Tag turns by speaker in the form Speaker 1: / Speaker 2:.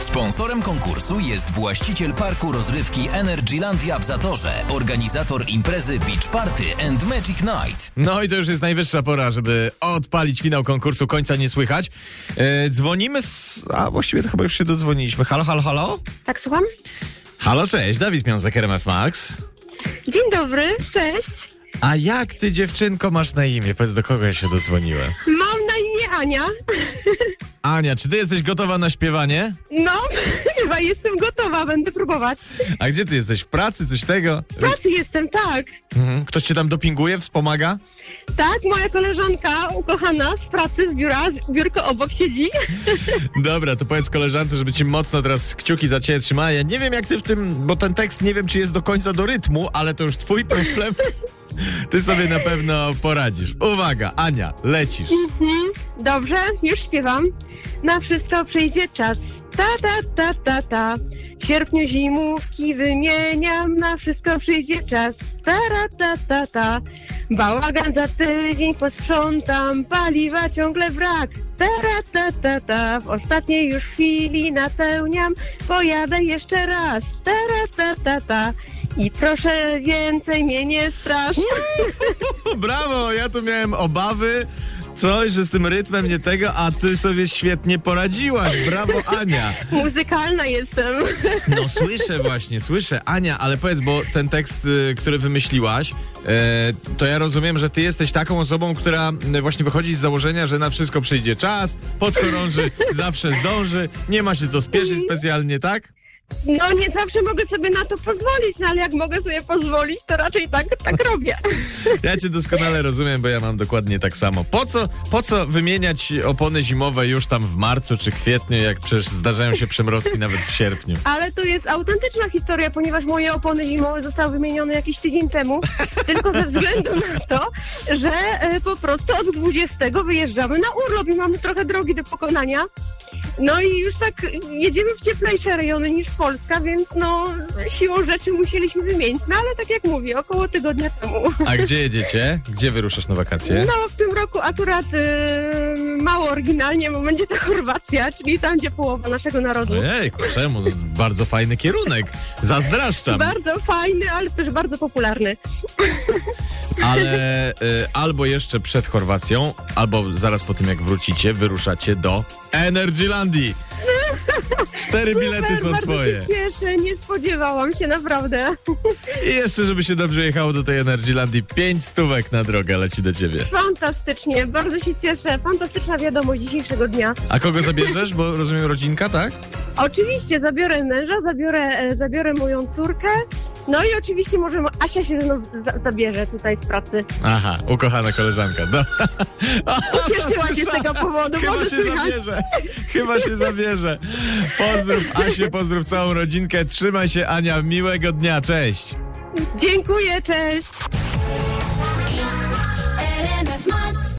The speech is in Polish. Speaker 1: Sponsorem konkursu jest właściciel parku rozrywki Energylandia w Zatorze, organizator imprezy Beach Party and Magic Night.
Speaker 2: No i to już jest najwyższa pora, żeby odpalić finał konkursu, końca nie słychać. E, dzwonimy z... A właściwie to chyba już się dodzwoniliśmy. Halo, halo, halo?
Speaker 3: Tak, słucham?
Speaker 2: Halo, cześć, Dawid Miązek, RMF Max.
Speaker 3: Dzień dobry, cześć.
Speaker 2: A jak ty, dziewczynko, masz na imię? Powiedz, do kogo ja się dodzwoniłem.
Speaker 3: Mam na imię Ania.
Speaker 2: Ania, czy ty jesteś gotowa na śpiewanie?
Speaker 3: No, chyba jestem gotowa, będę próbować.
Speaker 2: A gdzie ty jesteś? W pracy? Coś tego?
Speaker 3: W pracy jestem, tak.
Speaker 2: Mhm. Ktoś cię tam dopinguje, wspomaga?
Speaker 3: Tak, moja koleżanka ukochana z pracy, z biura, z biurko obok siedzi.
Speaker 2: Dobra, to powiedz koleżance, żeby ci mocno teraz kciuki za ciebie trzymała. Ja nie wiem jak ty w tym, bo ten tekst nie wiem czy jest do końca do rytmu, ale to już twój problem. Ty sobie na pewno poradzisz. Uwaga, Ania, lecisz.
Speaker 3: Mhm, dobrze, już śpiewam. Na wszystko przyjdzie czas. Ta, ta, ta, ta, ta. W sierpniu zimówki wymieniam, na wszystko przyjdzie czas. Ta, ra, ta, ta, ta. Bałagan za tydzień posprzątam, paliwa ciągle brak. Ta, ra, ta, ta, ta. W ostatniej już chwili napełniam, pojadę jeszcze raz. Ta, ra, ta, ta, ta. I proszę więcej mnie nie strasz.
Speaker 2: Brawo, ja tu miałem obawy, coś, że z tym rytmem nie tego, a ty sobie świetnie poradziłaś. Brawo, Ania.
Speaker 3: Muzykalna jestem.
Speaker 2: No słyszę właśnie, słyszę. Ania, ale powiedz, bo ten tekst, y, który wymyśliłaś, e, to ja rozumiem, że ty jesteś taką osobą, która y, właśnie wychodzi z założenia, że na wszystko przyjdzie czas, podkorąży, zawsze zdąży, nie ma się co spieszyć specjalnie, tak?
Speaker 3: No nie zawsze mogę sobie na to pozwolić, no ale jak mogę sobie pozwolić, to raczej tak, tak robię.
Speaker 2: Ja cię doskonale rozumiem, bo ja mam dokładnie tak samo. Po co, po co wymieniać opony zimowe już tam w marcu czy kwietniu, jak przecież zdarzają się przymrozki nawet w sierpniu?
Speaker 3: Ale to jest autentyczna historia, ponieważ moje opony zimowe zostały wymienione jakiś tydzień temu, tylko ze względu na to, że e, po prostu od 20 wyjeżdżamy na urlop i mamy trochę drogi do pokonania. No i już tak jedziemy w cieplejsze rejony niż Polska, więc no siłą rzeczy musieliśmy wymienić. No ale tak jak mówię, około tygodnia temu.
Speaker 2: A gdzie jedziecie? Gdzie wyruszasz na wakacje?
Speaker 3: No, w tym roku akurat y, mało oryginalnie, bo będzie to Chorwacja, czyli tam, gdzie połowa naszego narodu.
Speaker 2: Ojej, czemu? No, bardzo fajny kierunek. Zazdraszczam.
Speaker 3: Bardzo fajny, ale też bardzo popularny.
Speaker 2: Ale y, albo jeszcze przed Chorwacją, albo zaraz po tym jak wrócicie, wyruszacie do Energylandii. Cztery bilety są
Speaker 3: Super,
Speaker 2: twoje.
Speaker 3: Bardzo się cieszę, nie spodziewałam się, naprawdę.
Speaker 2: I jeszcze, żeby się dobrze jechało do tej Energylandii, pięć stówek na drogę leci do ciebie.
Speaker 3: Fantastycznie, bardzo się cieszę. Fantastyczna wiadomość dzisiejszego dnia.
Speaker 2: A kogo zabierzesz? Bo rozumiem rodzinka, tak?
Speaker 3: Oczywiście zabiorę męża, zabiorę, e, zabiorę moją córkę. No i oczywiście może mo- Asia się ze mną za- zabierze tutaj z pracy.
Speaker 2: Aha, ukochana koleżanka. No. Do...
Speaker 3: Ucieszyła się z tego powodu,
Speaker 2: Chyba
Speaker 3: No może
Speaker 2: się
Speaker 3: słychać.
Speaker 2: zabierze. Chyba się zabierze. Pozdrów Asię, pozdrów całą rodzinkę. Trzymaj się Ania, miłego dnia, cześć.
Speaker 3: Dziękuję, cześć.